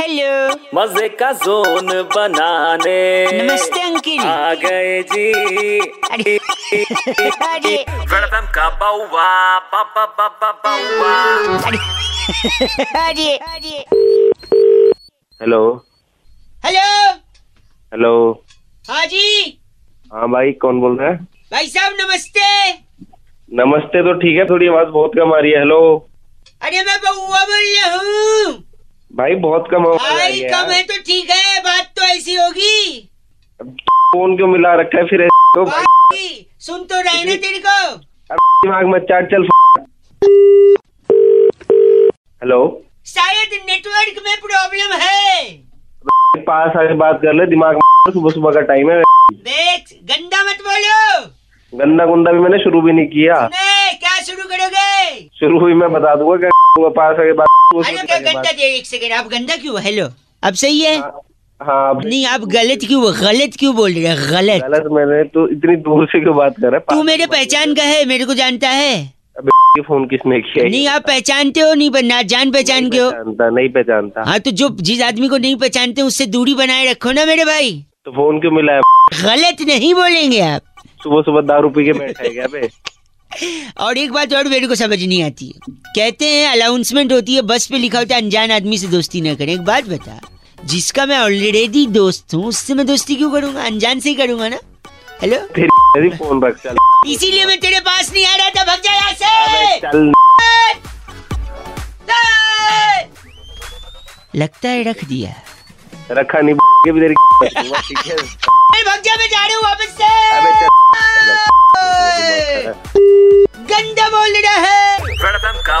Hello मजे का zone बनाने नमस्ते अंकिल आ गए जी अरे अरे वेलकम का बउआ बाबा बाबा बउआ अरे अरे हेलो हेलो हेलो हाँ जी हाँ भाई कौन बोल रहा है भाई साहब नमस्ते नमस्ते तो ठीक है थोड़ी आवाज बहुत कम आ रही है हेलो अरे मैं बउआ बोल रहा हूँ भाई बहुत कम आवाज आ रही भाई है कम है यार। तो ठीक है बात तो ऐसी होगी फोन क्यों मिला रखा है फिर ऐसे? तो भाई भाई, सुन तो रहे ना तेरे को दिमाग में चाट चल हेलो शायद नेटवर्क में प्रॉब्लम है पास आके बात कर ले दिमाग में सुबह सुबह का टाइम है देख गंदा मत बोलो गंदा गुंदा भी मैंने शुरू भी नहीं किया नहीं क्या शुरू करोगे शुरू भी मैं बता दूंगा क्या हुआ, पास आके बात सुबह अरे सुबह क्या के गंदा बाद- दे एक सेकंड आप गंदा क्यों हेलो अब सही है हाँ अब नहीं आप गलत क्यों गलत क्यों बोल रहे हैं गलत गलत मैंने तो इतनी दूर से क्यों बात कर रहा है तू पास मेरे की बात- पहचान का है मेरे को जानता है अबे, ये फोन किसने किया ये नहीं आप पहचानते हो नहीं बना जान पहचान के हो पहचानता नहीं पहचानता हाँ तो जो जिस आदमी को नहीं पहचानते उससे दूरी बनाए रखो ना मेरे भाई तो फोन क्यों मिला है गलत नहीं बोलेंगे आप सुबह सुबह दारू पी के बैठा है क्या बे और एक बात और मेरे को समझ नहीं आती है कहते हैं अनाउंसमेंट होती है बस पे लिखा होता है अनजान आदमी से दोस्ती ना करें एक बात बता जिसका मैं ऑलरेडी दोस्त हूँ उससे मैं दोस्ती क्यों करूंगा अनजान से ही करूंगा ना हेलो तेरी तेरी फोन रख चल इसीलिए मैं तेरे पास नहीं आ रहा था भग जा यहाँ अबे से चल लगता है रख दिया रखा नहीं के भी तेरी बचूंगा, ठीक है अरे भग जा मैं जा रहा हूँ वापस अबे से चल गंदा बोल रहा है वेलकम का